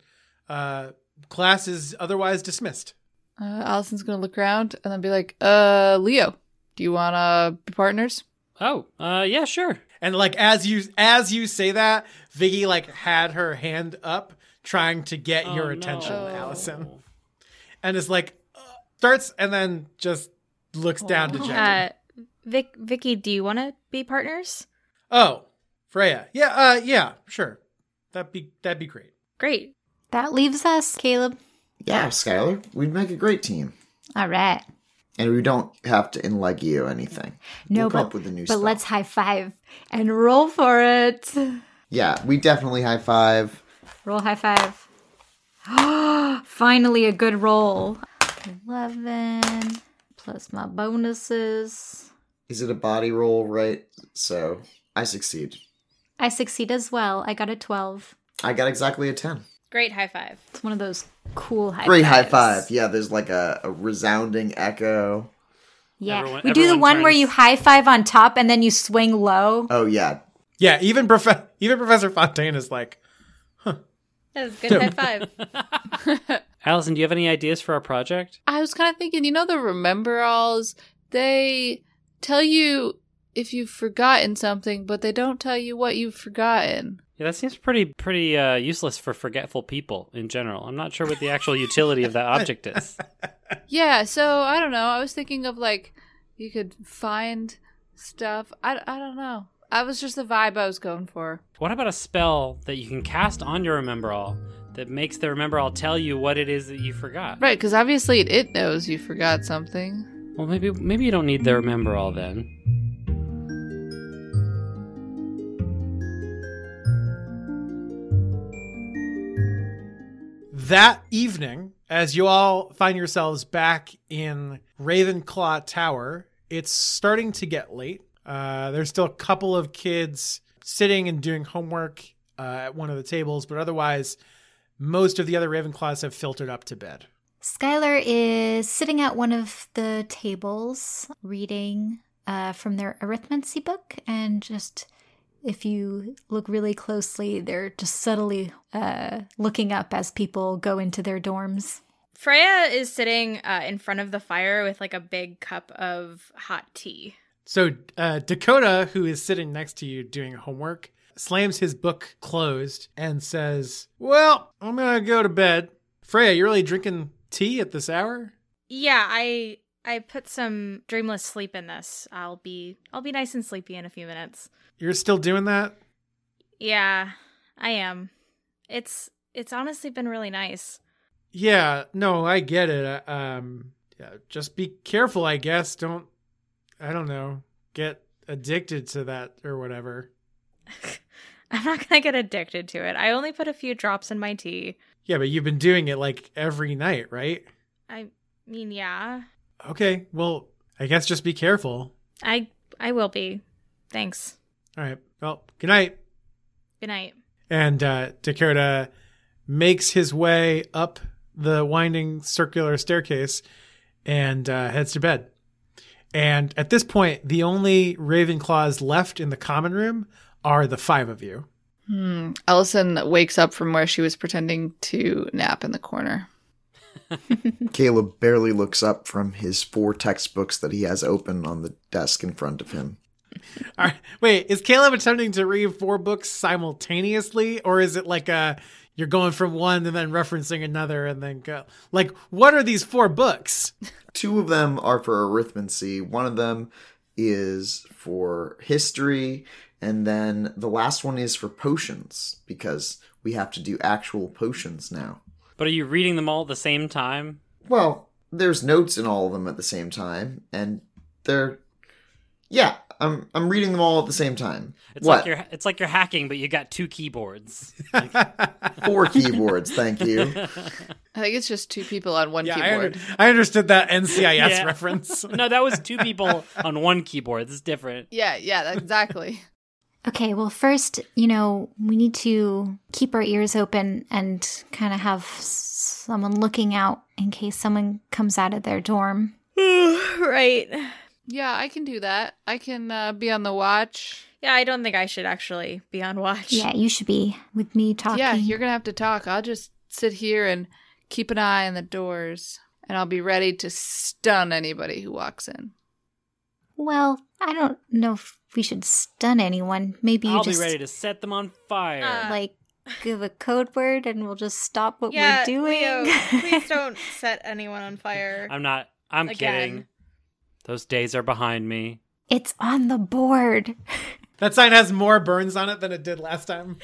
uh, class is otherwise dismissed. Uh, Allison's gonna look around and then be like, "Uh, Leo, do you wanna be partners?" Oh, uh, yeah, sure. And like as you as you say that, Vicky like had her hand up trying to get Oh, your no. attention, Allison, and is like uh, starts and then just looks Oh. down to Uh, Jack. Vic, Vicky, do you want to be partners? Oh, Freya. Yeah, uh, yeah, sure. That'd be that'd be great. Great. That leaves us, Caleb. Yeah, Skylar, we'd make a great team. All right. And we don't have to inleg you or anything. No, we'll come but, up with a new but spell. let's high five and roll for it. Yeah, we definitely high five. Roll high five. Finally, a good roll. 11 plus my bonuses. Is it a body roll, right? So I succeed. I succeed as well. I got a 12. I got exactly a 10. Great high five. It's one of those cool high Great high fives. five. Yeah, there's like a, a resounding echo. Yeah. Everyone- we do the everyone one where turns- you high five on top and then you swing low. Oh, yeah. Yeah, even prof- even Professor Fontaine is like, That was a good high five. Allison, do you have any ideas for our project? I was kind of thinking, you know, the remember alls, they tell you if you've forgotten something, but they don't tell you what you've forgotten. Yeah, that seems pretty pretty uh, useless for forgetful people in general. I'm not sure what the actual utility of that object is. Yeah, so I don't know. I was thinking of like you could find stuff. I, I don't know. I was just the vibe I was going for. What about a spell that you can cast on your remember all that makes the remember all tell you what it is that you forgot? Right, because obviously it, it knows you forgot something. Well, maybe maybe you don't need the remember all then. that evening, as you all find yourselves back in Ravenclaw Tower, it's starting to get late. Uh, there's still a couple of kids sitting and doing homework uh, at one of the tables, but otherwise, most of the other Ravenclaws have filtered up to bed. Skylar is sitting at one of the tables reading uh, from their arithmancy book, and just if you look really closely, they're just subtly uh, looking up as people go into their dorms. Freya is sitting uh, in front of the fire with like a big cup of hot tea. So uh, Dakota, who is sitting next to you doing homework, slams his book closed and says, "Well, I'm gonna go to bed." Freya, you're really drinking tea at this hour? Yeah, I I put some dreamless sleep in this. I'll be I'll be nice and sleepy in a few minutes. You're still doing that? Yeah, I am. It's it's honestly been really nice. Yeah, no, I get it. Uh, Um, yeah, just be careful, I guess. Don't, I don't know, get addicted to that or whatever. I'm not gonna get addicted to it. I only put a few drops in my tea. Yeah, but you've been doing it like every night, right? I mean, yeah. Okay, well, I guess just be careful. I I will be. Thanks. All right, well, good night. Good night. And uh, Dakota makes his way up the winding circular staircase and uh, heads to bed. And at this point, the only Ravenclaws left in the common room are the five of you. Hmm. Ellison wakes up from where she was pretending to nap in the corner. Caleb barely looks up from his four textbooks that he has open on the desk in front of him. Wait, is Caleb attempting to read four books simultaneously, or is it like a you're going from one and then referencing another and then go? Like, what are these four books? Two of them are for arithmancy, one of them is for history, and then the last one is for potions because we have to do actual potions now. But are you reading them all at the same time? Well, there's notes in all of them at the same time, and they're yeah, I'm I'm reading them all at the same time. It's what like you're it's like you're hacking, but you got two keyboards. four keyboards? Thank you. I think it's just two people on one I, keyboard. under- I understood that NCIS Yeah. reference. no, that was two people on one keyboard. This is different. yeah, yeah, that- exactly. Okay, well, first, you know, we need to keep our ears open and kind of have someone looking out in case someone comes out of their dorm. right. Yeah, I can do that. I can uh, be on the watch. Yeah, I don't think I should actually be on watch. Yeah, you should be with me talking. Yeah, you're gonna have to talk. I'll just sit here and keep an eye on the doors, and I'll be ready to stun anybody who walks in. Well, I don't know if we should stun anyone. Maybe you I'll just Uh, be ready to set them on fire. Uh, like give a code word and we'll just stop what yeah, we're doing. Leo, please don't set anyone on fire. I'm not. I'm Again. kidding. Those days are behind me. It's on the board. That sign has more burns on it than it did last time.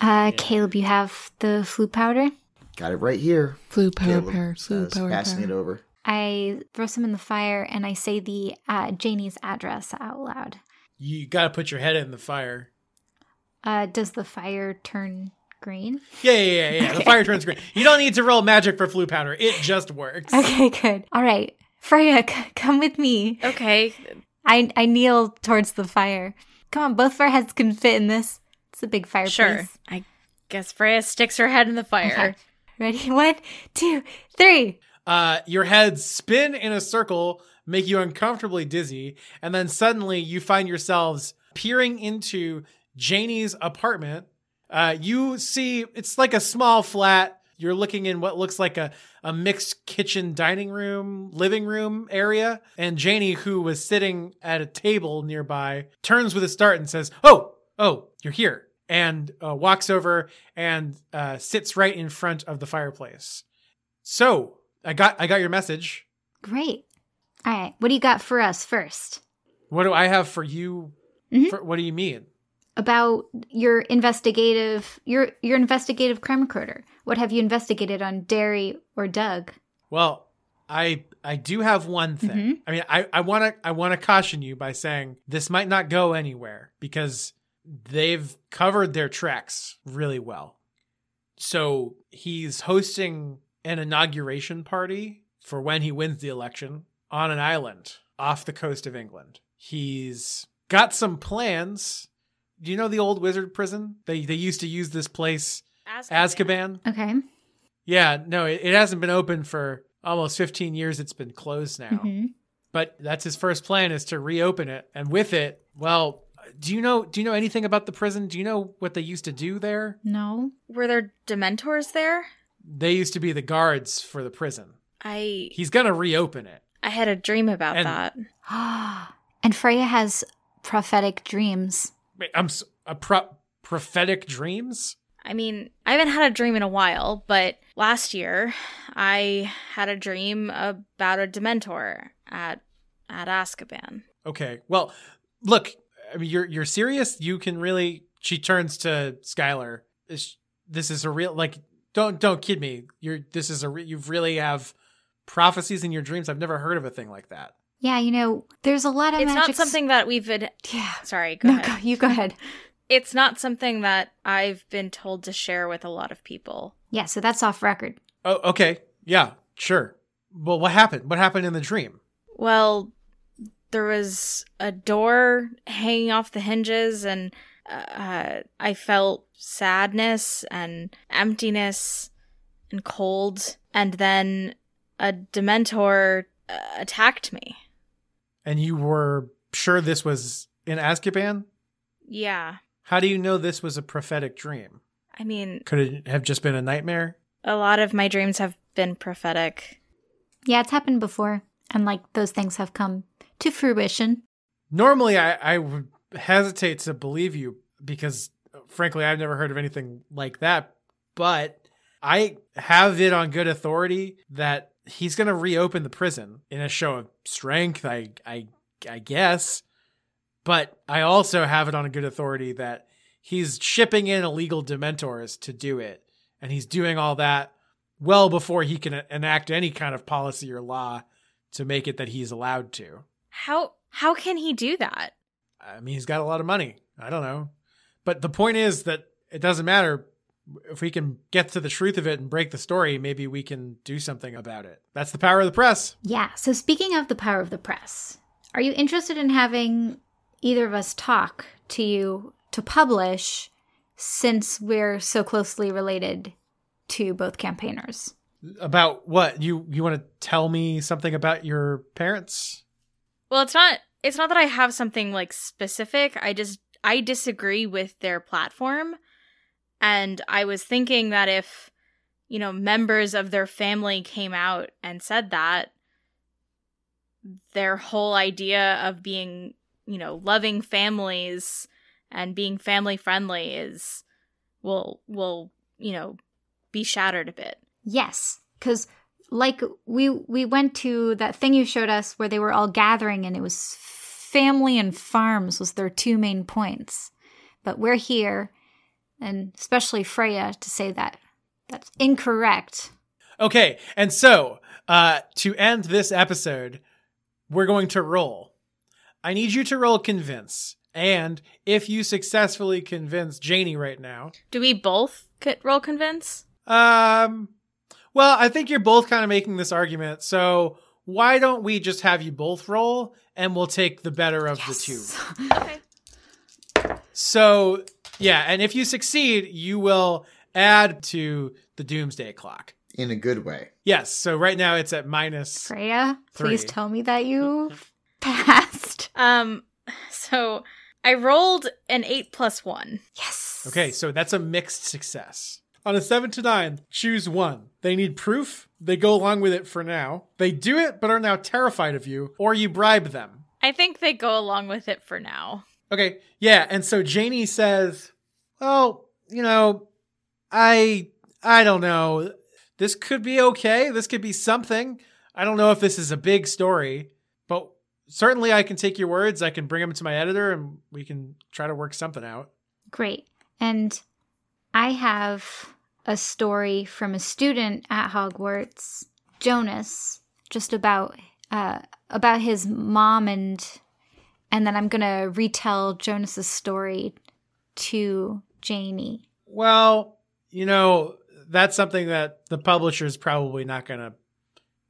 Uh, Caleb, you have the flu powder. Got it right here. Flu power, Caleb power, flu says, power, passing power. it over. I throw some in the fire and I say the uh, Janie's address out loud. You got to put your head in the fire. Uh, does the fire turn green? Yeah, yeah, yeah, yeah. The fire turns green. You don't need to roll magic for flu powder. It just works. Okay, good. All right, Freya, c- come with me. Okay. I I kneel towards the fire. Come on, both of our heads can fit in this. It's a big fireplace. Sure. I guess Freya sticks her head in the fire. Ready? One, two, three. Uh, your heads spin in a circle, make you uncomfortably dizzy, and then suddenly you find yourselves peering into Janie's apartment. Uh, you see it's like a small flat. You're looking in what looks like a, a mixed kitchen, dining room, living room area. And Janie, who was sitting at a table nearby, turns with a start and says, Oh, oh, you're here. And uh, walks over and uh, sits right in front of the fireplace. So I got I got your message. Great. All right. What do you got for us first? What do I have for you? Mhm. For, what do you mean? About your investigative your your investigative crime recorder. What have you investigated on Derry or Doug? Well, I I do have one thing. Mhm. I mean, I I want to I want to caution you by saying this might not go anywhere because they've covered their tracks really well. So he's hosting an inauguration party for when he wins the election on an island off the coast of England. He's got some plans. Do you know the old wizard prison? They they used to use this place Azkaban. Okay. Yeah, no, it, it hasn't been open for almost 15 years. It's been closed now. Mhm. But that's his first plan is to reopen it. And with it, well, do you know do you know anything about the prison? Do you know what they used to do there? No. Were there dementors there? They used to be the guards for the prison. I He's going to reopen it. I had a dream about And- that. and Freya has prophetic dreams. Wait, I'm s- a pro- prophetic dreams? I mean, I haven't had a dream in a while, but last year I had a dream about a dementor at at Azkaban. Okay. Well, look, I mean, you're you're serious. You can really. She turns to Skylar. This, this is a real like. Don't don't kid me. You're this is a re- you really have prophecies in your dreams. I've never heard of a thing like that. Yeah, you know, there's a lot of It's magic not something that we've been Yeah. Sorry, go No, ahead. go, you go ahead. It's not something that I've been told to share with a lot of people. Yeah, so that's off record. Oh, okay. Yeah, sure. Well, what happened? What happened in the dream? Well, there was a door hanging off the hinges, and uh, I felt sadness and emptiness and cold. And then a Dementor uh, attacked me. And you were sure this was in Azkaban? Yeah. How do you know this was a prophetic dream? I mean, Could it have just been a nightmare? a lot of my dreams have been prophetic. Yeah, it's happened before. And like those things have come to fruition. Normally, I, I would hesitate to believe you because, uh, frankly, I've never heard of anything like that. But I have it on good authority that he's going to reopen the prison in a show of strength, I, I, I guess. But I also have it on good authority that he's shipping in illegal Dementors to do it. And he's doing all that well before he can e-, enact any kind of policy or law to make it that he's allowed to. How how can he do that? I mean, he's got a lot of money. I don't know. But the point is that it doesn't matter. If we can get to the truth of it and break the story, maybe we can do something about it. That's the power of the press. Yeah, so speaking of the power of the press, are you interested in having either of us talk to you to publish since we're so closely related to both campaigners? About what? You you want to tell me something about your parents? Well, it's not it's not that I have something like specific. I just I disagree with their platform. And I was thinking that if, you know, members of their family came out and said that, their whole idea of being, you know, loving families and being family friendly is will will, you know, be shattered a bit. Yes, cuz like we we went to that thing you showed us where they were all gathering and it was family and farms was their two main points. But we're here and especially Freya to say that that's incorrect. Okay, and so uh, to end this episode, we're going to roll. I need you to roll convince, and if you successfully convince Janie right now, Do we both co- roll convince? Um, well, I think you're both kind of making this argument. So why don't we just have you both roll, and we'll take the better of the two. Okay. So yeah, and if you succeed, you will add to the doomsday clock. in a good way. Yes. So right now it's at minus. Freya, please Three. tell me that you Um, so I rolled an eight plus one. Okay, so that's a mixed success. On a seven to nine, choose one. They need proof. They go along with it for now. They do it, but are now terrified of you, or you bribe them. I think they go along with it for now. Okay, yeah, and so Janie says, "Well, you know, I I don't know. This could be okay. This could be something. I don't know if this is a big story, but certainly I can take your words. I can bring them to my editor and we can try to work something out." Great. And I have a story from a student at Hogwarts, Jonas, just about uh, about his mom and and then I'm gonna retell Jonas's story to Janie. Well, you know, that's something that the publisher's probably not going to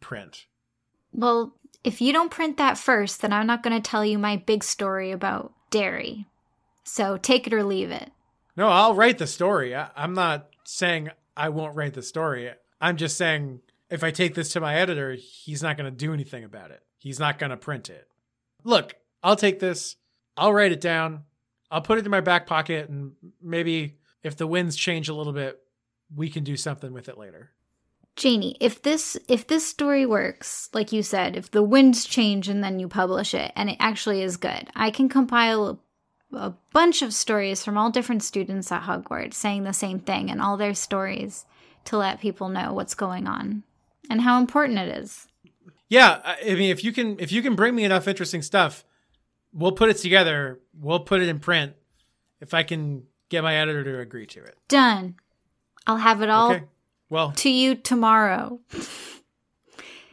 print. Well, if you don't print that first, then I'm not going to tell you my big story about dairy. So take it or leave it. No, I'll write the story. I, I'm not saying I won't write the story. I'm just saying if I take this to my editor, he's not going to do anything about it. He's not going to print it. Look, I'll take this. I'll write it down. I'll put it in my back pocket, and maybe if the winds change a little bit, we can do something with it later. Janie, if this if this story works, like you said, if the winds change and then you publish it and it actually is good, I can compile a, a bunch of stories from all different students at Hogwarts saying the same thing and all their stories to let people know what's going on and how important it is. Yeah, I I mean, if you can if you can bring me enough interesting stuff, we'll put it together. We'll put it in print if I can get my editor to agree to it. Done. I'll have it all Okay. Well, to you tomorrow.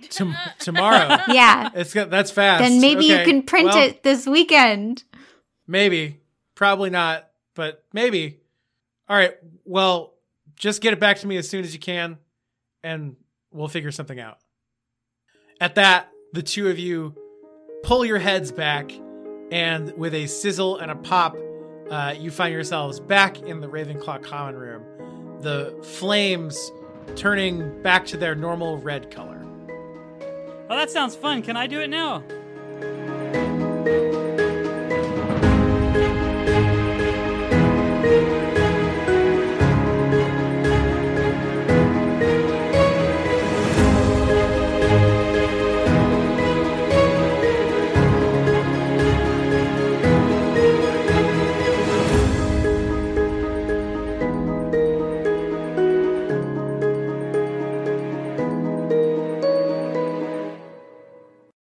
tom- tomorrow. Yeah. it's go- that's fast. Then maybe Okay, you can print well, it this weekend. Maybe, probably not, but maybe. All right. Well, just get it back to me as soon as you can, and we'll figure something out. At that, the two of you pull your heads back, and with a sizzle and a pop, uh, you find yourselves back in the Ravenclaw common room. The flames turning back to their normal red color. Oh, that sounds fun. Can I do it now?